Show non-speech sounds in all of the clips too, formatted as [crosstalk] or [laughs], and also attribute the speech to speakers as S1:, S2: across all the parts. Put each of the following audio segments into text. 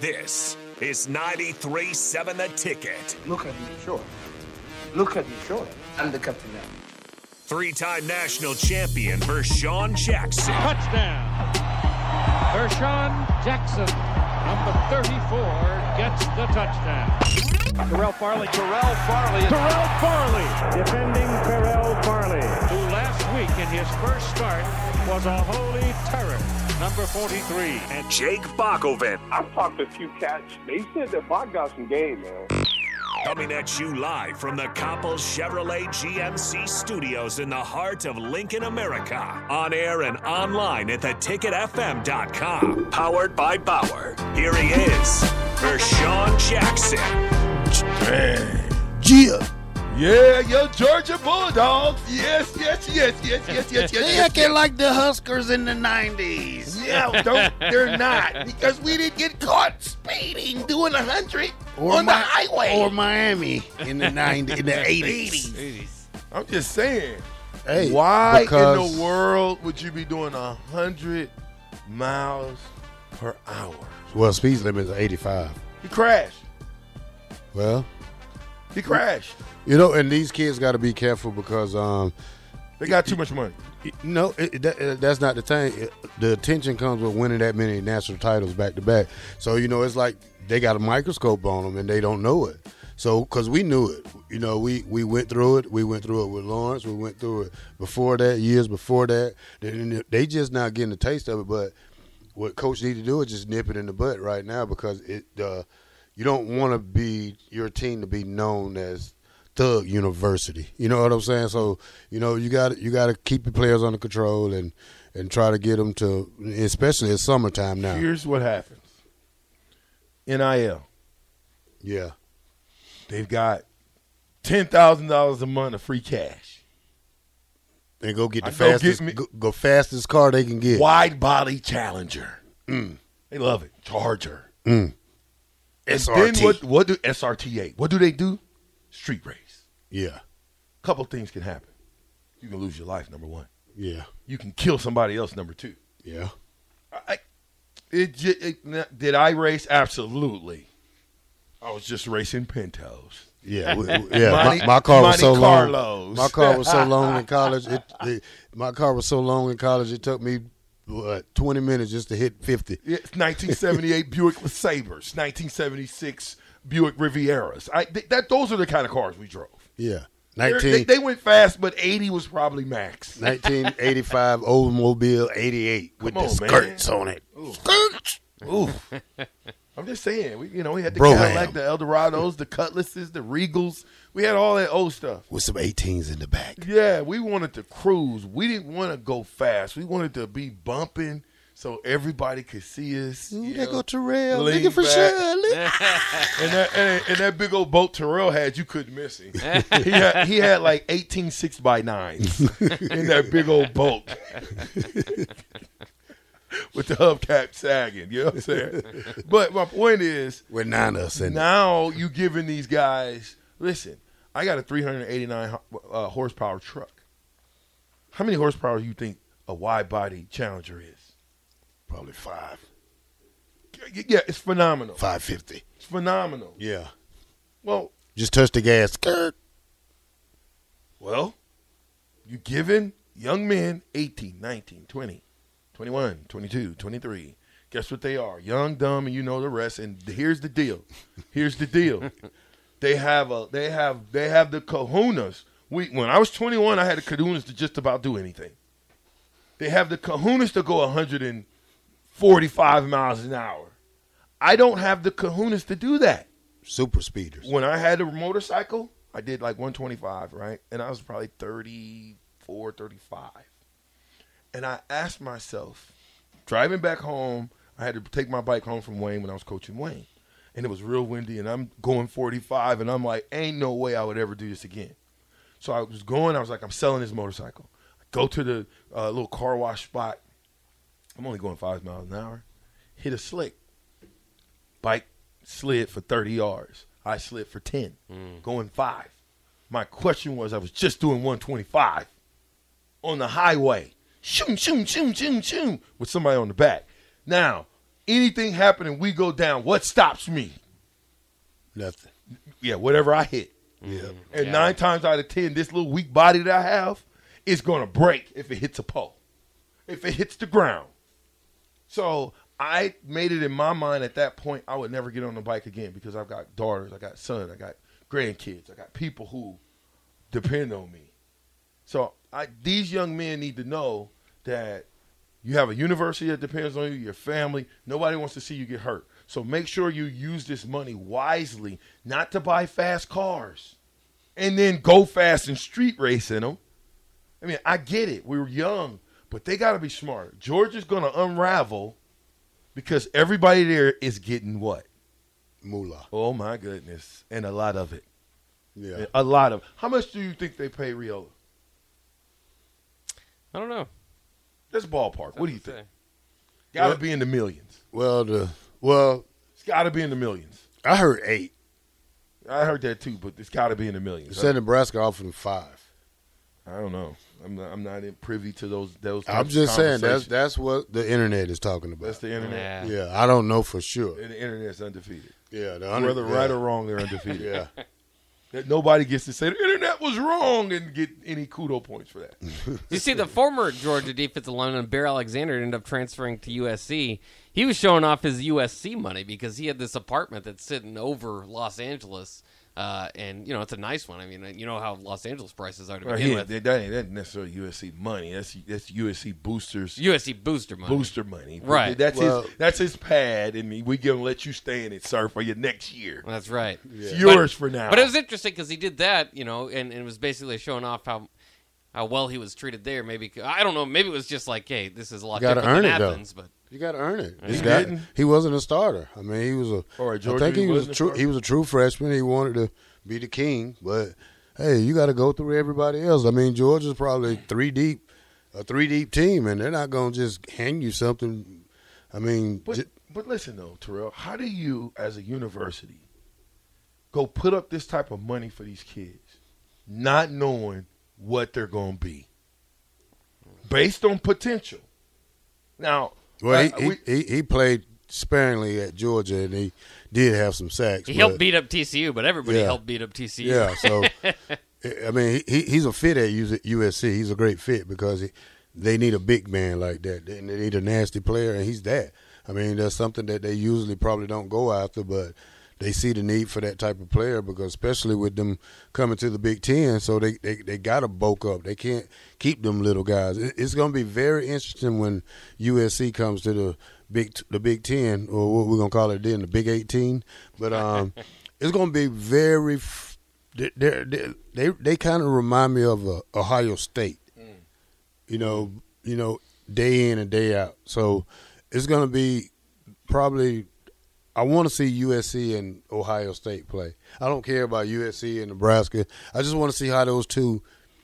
S1: This is 93.7 The Ticket.
S2: Look at me, sure. Look at me, sure. I'm the captain now.
S1: Three time national champion Vershawn Jackson.
S3: Touchdown. Vershawn Jackson, number 34, gets the touchdown. Terrell Farley. Terrell Farley. Terrell Farley.
S4: Defending Terrell Farley.
S3: Who last week in his first start was a holy terror. Number 43.
S1: And Jake Bakoven.
S5: I've talked to a few cats. They said that Bach got some game, man.
S1: Coming at you live from the Coppel Chevrolet GMC studios in the heart of Lincoln, America. On air and online at theticketfm.com. Powered by Bauer. Here he is, Vershawn Jackson.
S6: Yeah.
S4: Yeah, yo, Georgia Bulldogs. Yes, yes, yes,
S6: [laughs]
S4: yes, yes, yes, yes.
S6: They
S4: yes,
S6: acting like the Huskers in the 90s.
S4: yes.
S6: [laughs]
S4: No, don't, they're not. Because we didn't get caught speeding doing 100 on
S6: Mi-
S4: the highway.
S6: Or Miami in the 90s, in
S4: [laughs]
S6: the 80s.
S4: I'm just saying.
S6: Hey,
S4: why
S6: because-
S4: in the world would you be doing 100 miles per hour?
S6: Well, speed limit is 85.
S4: He crashed.
S6: Well,
S4: He crashed.
S6: you know, and these kids got to be careful because, um,
S4: They got too much money.
S6: you know, it, it- that, it- that's not the thing. It- the attention comes with winning that many national titles back to back. So, you know, it's like they got a microscope on them and they don't know it. So, because we knew it, you know, we, we went through it. We went through it with Lawrence. We went through it before that, years before that. They, they just not getting the taste of it. But what coach need to do is just nip it in the butt right now because it uh, you don't want to be your team to be known as thug university you know what i'm saying so you know you got you got to keep your players under control and and try to get them to especially it's summertime now
S4: Here's what happens. NIL.
S6: yeah
S4: They've got ten thousand dollars a month of free cash.
S6: and go get the
S4: I know, get
S6: fastest
S4: me-
S6: go, go fastest car they can get
S4: Wide body Challenger. Mm. They love it. Charger. And
S6: SRT.
S4: then what? What do SRTA? What do they do? Street race.
S6: yeah
S4: Couple things can happen. You can lose your life. Number one.
S6: yeah
S4: You can kill somebody else. Number two.
S6: yeah
S4: I, it, ju- it, did I race? Absolutely. I was just racing Pintos.
S6: Yeah, we,
S4: [laughs]
S6: we- yeah.
S4: Monte-
S6: my, my car
S4: Monte
S6: was so long.
S4: Carlos.
S6: My car
S4: [laughs]
S6: was so long in college. It, it my car was so long in college. It took me what twenty minutes just to hit fifty.
S4: It's 1978 Buick Sabres, 1976 Buick Rivieras. I th- that those are the kind of cars we drove.
S6: Yeah,
S4: They're- They,
S6: 19,
S4: they went fast, but 80 was probably max.
S6: 1985 Oldsmobile '88 with
S4: Come
S6: the
S4: on, man.
S6: skirts on it. Skirts.
S4: Ooh. I'm just saying, we, you know, we had the
S6: Bro-ham.
S4: Cadillac, the Eldorados, the Cutlasses, the Regals. We had all that old stuff.
S6: With some 18s in the back.
S4: Yeah, we wanted to cruise. We didn't want to go fast. We wanted to be bumping so everybody could see us.
S6: Ooh,
S4: you
S6: There
S4: know.
S6: go Terrell.
S4: lean
S6: Nigga for
S4: back.
S6: sure. Look.
S4: And that, and, and that big old boat Terrell had, you couldn't miss him. he, had, he had like 18 six by nines in that big old boat with the hubcap sagging. You know what I'm saying? But my point is,
S6: With nine of us in it.
S4: now you giving these guys, listen, I got a 389 ho- uh, horsepower truck. How many horsepower you think a wide body Challenger is?
S6: Probably five,
S4: Y- Yeah, it's phenomenal.
S6: five fifty.
S4: It's phenomenal.
S6: Yeah.
S4: Well,
S6: Just touch the gas. Skirt.
S4: Well, you giving young men 18, 19, 20, 21, 22, 23. Guess what they are? Young, dumb, and you know the rest. And here's the deal. Here's the deal. they have a they have they have the kahunas. We when I was 21, I had the kahunas to just about do anything. They have the kahunas to go 145 miles an hour. I don't have the kahunas to do that
S6: Super speeders.
S4: when I had a motorcycle, I did like 125, right? And I was probably 34, 35. And I asked myself, driving back home, I had to take my bike home from Wayne when I was coaching Wayne. And it was real windy, and I'm going 45, and I'm like, ain't no way I would ever do this again. So I was going, I was like, I'm selling this motorcycle. I go to the uh, little car wash spot. I'm only going five miles an hour. Hit a slick. Bike slid for 30 yards. I slid for 10, going five. My question was I was just doing 125 on the highway. Shoom, shoom, shoom, shoom, shoom, with somebody on the back. Now, anything happen and we go down, what stops me?
S6: Nothing.
S4: Yeah, whatever I hit. Yeah. And nine times out of ten, this little weak body that I have is gonna break if it hits a pole, if it hits the ground. So I made it in my mind at that point I would never get on the bike again because I've got daughters, I got sons, I got grandkids, I got people who depend on me. So I, these young men need to know that you have a university that depends on you, your family. Nobody wants to see you get hurt. So make sure you use this money wisely, not to buy fast cars and then go fast and street race in them. I mean, I get it. We were young, but they got to be smart. Georgia's going to unravel because everybody there is getting what?
S6: Moolah.
S4: Oh, my goodness. And a lot of it.
S6: Yeah.
S4: A lot of How much do you think they pay Riola?
S7: I don't know.
S4: That's ballpark. What do you
S7: Say.
S4: think? Got to
S6: Well-
S4: be in the millions.
S6: Well, the well,
S4: It's got to be in the millions.
S6: I heard eight.
S4: I heard that too, but it's got to be in the millions.
S6: Said Nebraska offered him five.
S4: I don't know. I'm not, I'm not in privy to those those.
S6: I'm
S4: types of
S6: just saying that's
S4: conversations.
S6: that's what the internet is talking
S4: that's
S6: about.
S4: the internet.
S7: Nah.
S6: yeah, I don't know for sure.
S4: And the internet's undefeated.
S6: Yeah, the
S4: Whether
S6: yeah.
S4: right or wrong, they're undefeated.
S6: [laughs] Yeah.
S4: That nobody gets to say the internet was wrong and get any kudo points for that.
S7: You see, the former Georgia defensive lineman Bear Alexander ended up transferring to USC. He was showing off his USC money because he had this apartment that's sitting over Los Angeles, uh, and you know it's a nice one. I mean, you know how Los Angeles prices are to
S4: Right
S7: begin
S4: here,
S7: with.
S4: that, that ain't that ain't necessarily USC money. That's that's USC boosters.
S7: USC booster money.
S4: Booster money,
S7: Right.
S4: That's
S6: Well-
S4: his. That's his pad, and we gonna let you stay in it, sir, for your next year.
S7: That's right.
S4: It's yours for now.
S7: But it was interesting because he did that, you know, and, and it was basically showing off how how well he was treated there. Maybe I don't know. Maybe it was just like, hey, this is a lot
S6: You gotta
S7: different than
S6: earn it, though.
S7: Athens, but
S6: You got to earn it. He,
S4: didn't.
S6: he wasn't a starter. I mean, he was a.
S4: All right,
S6: I
S4: Georgia,
S6: think
S4: he
S6: he
S4: wasn't
S6: was a
S4: a
S6: true.
S4: starter?
S6: He was a true freshman. He wanted to be the king, but hey, you got to go through everybody else. I mean, Georgia's probably three deep, a three deep team, and they're not gonna just hand you something. I mean,
S4: But
S6: j-
S4: but listen though, Terrell, how do you as a university go put up this type of money for these kids, not knowing what they're gonna be, based on potential? Now,
S6: well, he,
S7: Uh,
S4: I-
S6: he,
S4: we-
S6: he he played sparingly at Georgia, and he did have some sacks.
S7: he
S6: but-
S7: helped beat up TCU. But everybody
S6: Yeah.
S7: helped beat up TCU.
S6: Yeah, so I mean, he, he's a fit at USC. He's a great fit because he, they need a big man like that, and they need a nasty player, and he's that. I mean, that's something that they usually probably don't go after, but they see the need for that type of player because especially with them coming to the Big Ten, so they they, they got to bulk up. They can't keep them little guys. It, it's going to be very interesting when USC comes to the Big the Big Ten, or what we're going to call it then, the Big Eighteen. But um, [laughs] it's going to be very. F- they they they, they kind of remind me of uh, Ohio State.
S7: Mm.
S6: You know, you know, day in and day out. So it's going to be probably. I want to see USC and Ohio State play. I don't care about USC and Nebraska. I just want to see how those two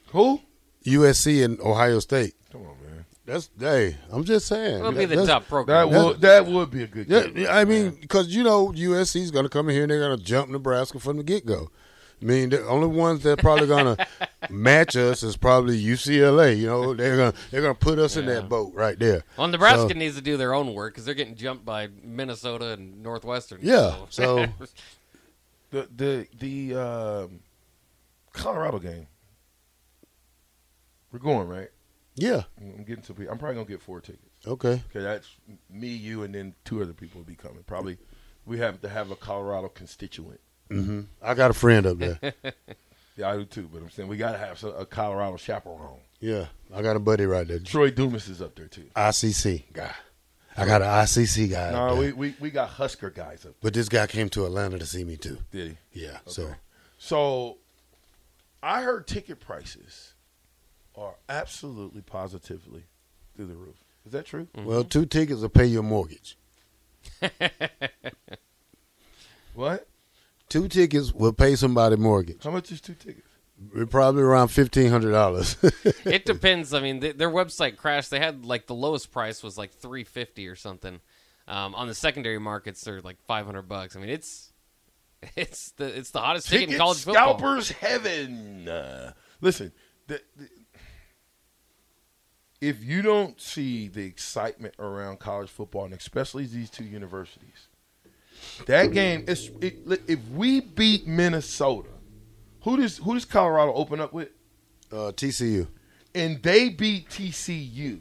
S4: who?
S6: USC and Ohio State.
S4: Come on, man.
S6: That's hey, I'm just saying.
S7: It'll be the
S6: That's-
S7: top
S4: That
S7: program.
S4: would that would be a good
S6: yeah,
S4: game.
S6: yeah, I mean, because you know USC's going to come in here and they're going to jump Nebraska from the get go. I mean, the only ones that probably going to match us is probably UCLA. You know, they're going to they're going to put us in that boat right there.
S7: well, Nebraska
S6: So,
S7: needs to do their own work because they're getting jumped by Minnesota and Northwestern.
S6: yeah. So
S7: so-
S4: The the the um, Colorado game. We're going right.
S6: yeah,
S4: I'm getting to. I'm probably gonna get four tickets.
S6: okay.
S4: Okay, that's me, you, and then two other people will be coming. Probably we have to have a Colorado constituent.
S6: I got a friend up there.
S4: Yeah, I do too. But I'm saying we gotta have some, a Colorado chaperone.
S6: Yeah, I got a buddy right there.
S4: Troy Dumas is up there too.
S6: ICC guy. I got an ICC guy. up
S4: No,
S6: there.
S4: we, we we got Husker guys up.
S6: but this guy came to Atlanta to see me too.
S4: Did he?
S6: Yeah. So
S4: So, I heard ticket prices are absolutely positively through the roof. Is that true?
S6: well, two tickets will pay your mortgage.
S4: What?
S6: Two tickets will pay somebody mortgage.
S4: How much is two tickets?
S6: We're probably around fifteen hundred dollars.
S7: [laughs]
S6: [laughs]
S7: it depends. I mean, th- their website crashed. They had like the lowest price was like three fifty or something. Um, on the secondary markets, they're like five hundred bucks. I mean, it's [laughs] it's the it's the hottest ticket in
S4: Ticket
S7: college football.
S4: scalpers heaven. Uh, listen, the, the, if you don't see the excitement around college football, and especially these two universities, that game is. It, li- if we beat Minnesota, who does who does Colorado open up with?
S6: Uh, TCU.
S4: And they beat TCU.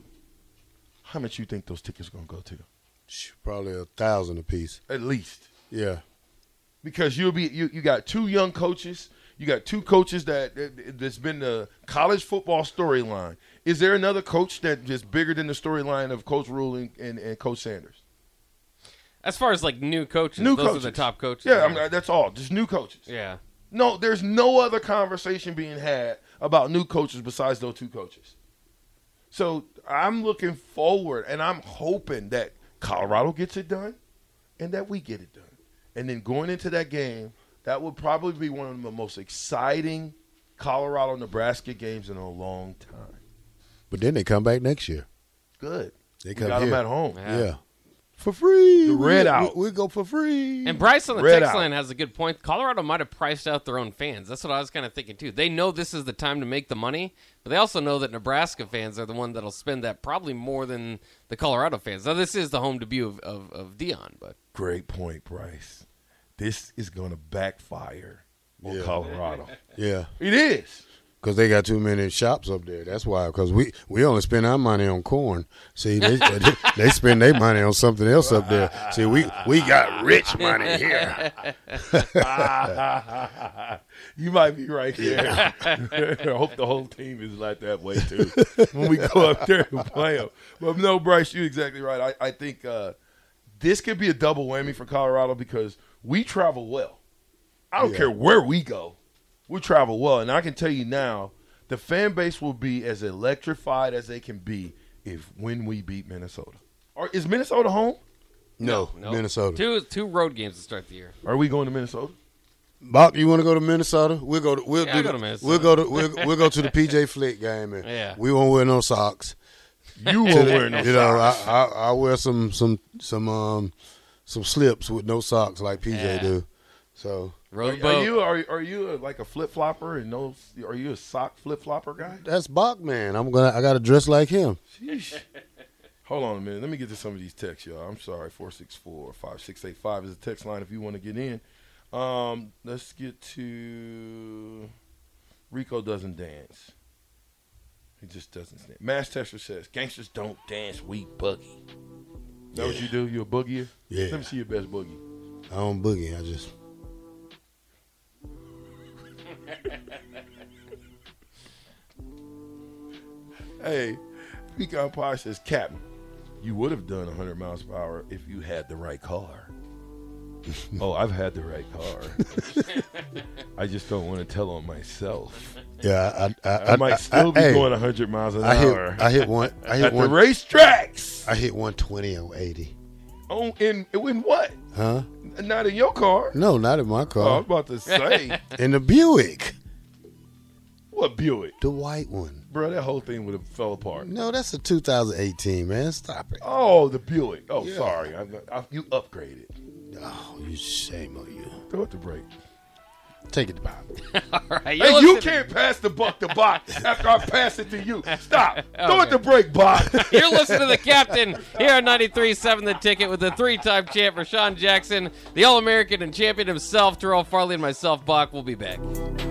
S4: How much you think those tickets gonna go to?
S6: Sh- Probably a thousand apiece.
S4: At least.
S6: Yeah.
S4: because you'll be you, you got two young coaches you got two coaches that that- that's been the college football storyline is there another coach that is bigger than the storyline of coach rule and, and, and coach sanders
S7: As far as like new coaches,
S4: new
S7: those
S4: coaches
S7: are the top coaches.
S4: yeah I mean, that's all just new coaches
S7: yeah.
S4: no there's no other conversation being had about new coaches besides those two coaches so i'm looking forward and i'm hoping that colorado gets it done and that we get it done. And then going into that game, that would probably be one of the most exciting Colorado Nebraska games in a long time.
S6: But then they come back next year.
S4: Good.
S6: They
S4: We
S6: come
S4: got
S6: here.
S4: them at home.
S7: Yeah.
S6: Yeah. For free.
S4: The
S6: We-
S4: red
S6: we-
S4: out.
S6: We, go for free.
S7: And Bryce on the
S4: Red out.
S7: text line has a good point. Colorado might have priced out their own fans. That's what I was kind of thinking too. They know this is the time to make the money, but they also know that Nebraska fans are the one that'll spend that probably more than the Colorado fans. Now this is the home debut of, of, of Dion, but
S4: Great point, Bryce. This is going to backfire on
S6: Yeah.
S4: Colorado.
S6: yeah.
S4: it is.
S6: Because they got too many shops up there. That's why. Because we, we only spend our money on corn. See, they, [laughs] they, they spend their money on something else up there. See, we, we got rich money here.
S4: [laughs] You might be right there. [laughs] I hope the whole team is like that way too when we go up there and play them. But no, Bryce, you're exactly right. I, I think uh, this could be a double whammy for Colorado because we travel well. I don't
S6: Yeah.
S4: care where we go, we travel well, and I can tell you now, the fan base will be as electrified as they can be if when we beat Minnesota. Or is Minnesota home?
S6: No,
S7: no.
S6: Minnesota.
S7: Two two road games to start the year.
S4: Are we going to Minnesota?
S6: Bob, you want to go to Minnesota? We'll go to we'll
S7: Yeah,
S6: do
S7: I'll go
S6: the-
S7: to Minnesota.
S6: we'll go to we'll, we'll go to the PJ Flick game and
S7: Yeah.
S6: we won't wear no socks.
S4: You will wear no
S6: you know, I,
S4: socks.
S6: I I wear some some some um some slips with no socks like PJ
S7: Yeah.
S6: do. So
S4: Are,
S7: Road
S4: are
S7: boat.
S4: you are, are you a, like a flip flopper and no? Are you a sock flip flopper guy?
S6: that's Bachman. I'm gonna I gotta dress like him.
S4: [laughs] Hold on a minute. Let me get to some of these texts, y'all. I'm sorry. 464-5685 is the text line if you want to get in. Um, let's get to Rico doesn't dance. He just doesn't dance. Mass Texter says, gangsters don't dance, we boogie. That what you do? You a boogier?
S6: Yeah.
S4: Let me see your best boogie.
S6: I don't boogie. I just
S4: Hey, Pecan Pie says, Captain, you would have done 100 miles per hour if you had the right
S6: [laughs]
S4: car. oh, I've had the right car. I just don't want to tell on myself.
S6: yeah. I I,
S4: I, might still be
S6: hey,
S4: going 100 miles an
S6: I
S4: hour
S6: hit I hit one I hit
S4: at the
S6: one
S4: racetracks.
S6: I hit one twenty on eighty.
S4: Oh, in, in what?
S6: Huh?
S4: Not in your car.
S6: No, not in my
S4: Oh, I was
S6: car.
S4: about to
S6: [laughs]
S4: say,
S6: In the Buick,
S4: what Buick?
S6: the white one.
S4: Bro, that whole thing would have fell apart.
S6: No, that's a 2018 man. Stop it.
S4: Oh, the Buick. Oh,
S6: Yeah.
S4: sorry. I, I, you upgraded.
S6: Oh, you shame on you.
S4: Throw it the brake.
S6: Take it back.
S7: All right, you're
S4: Hey, you
S7: listening-
S4: can't pass the buck to Bach after I pass it to you. Stop. Throw it to break, Bach.
S7: You're listening to the captain here on 93.7 The Ticket with the three-time champ Rashawn Jackson, the All-American and champion himself, Terrell Farley, and myself, Bach. We'll be back.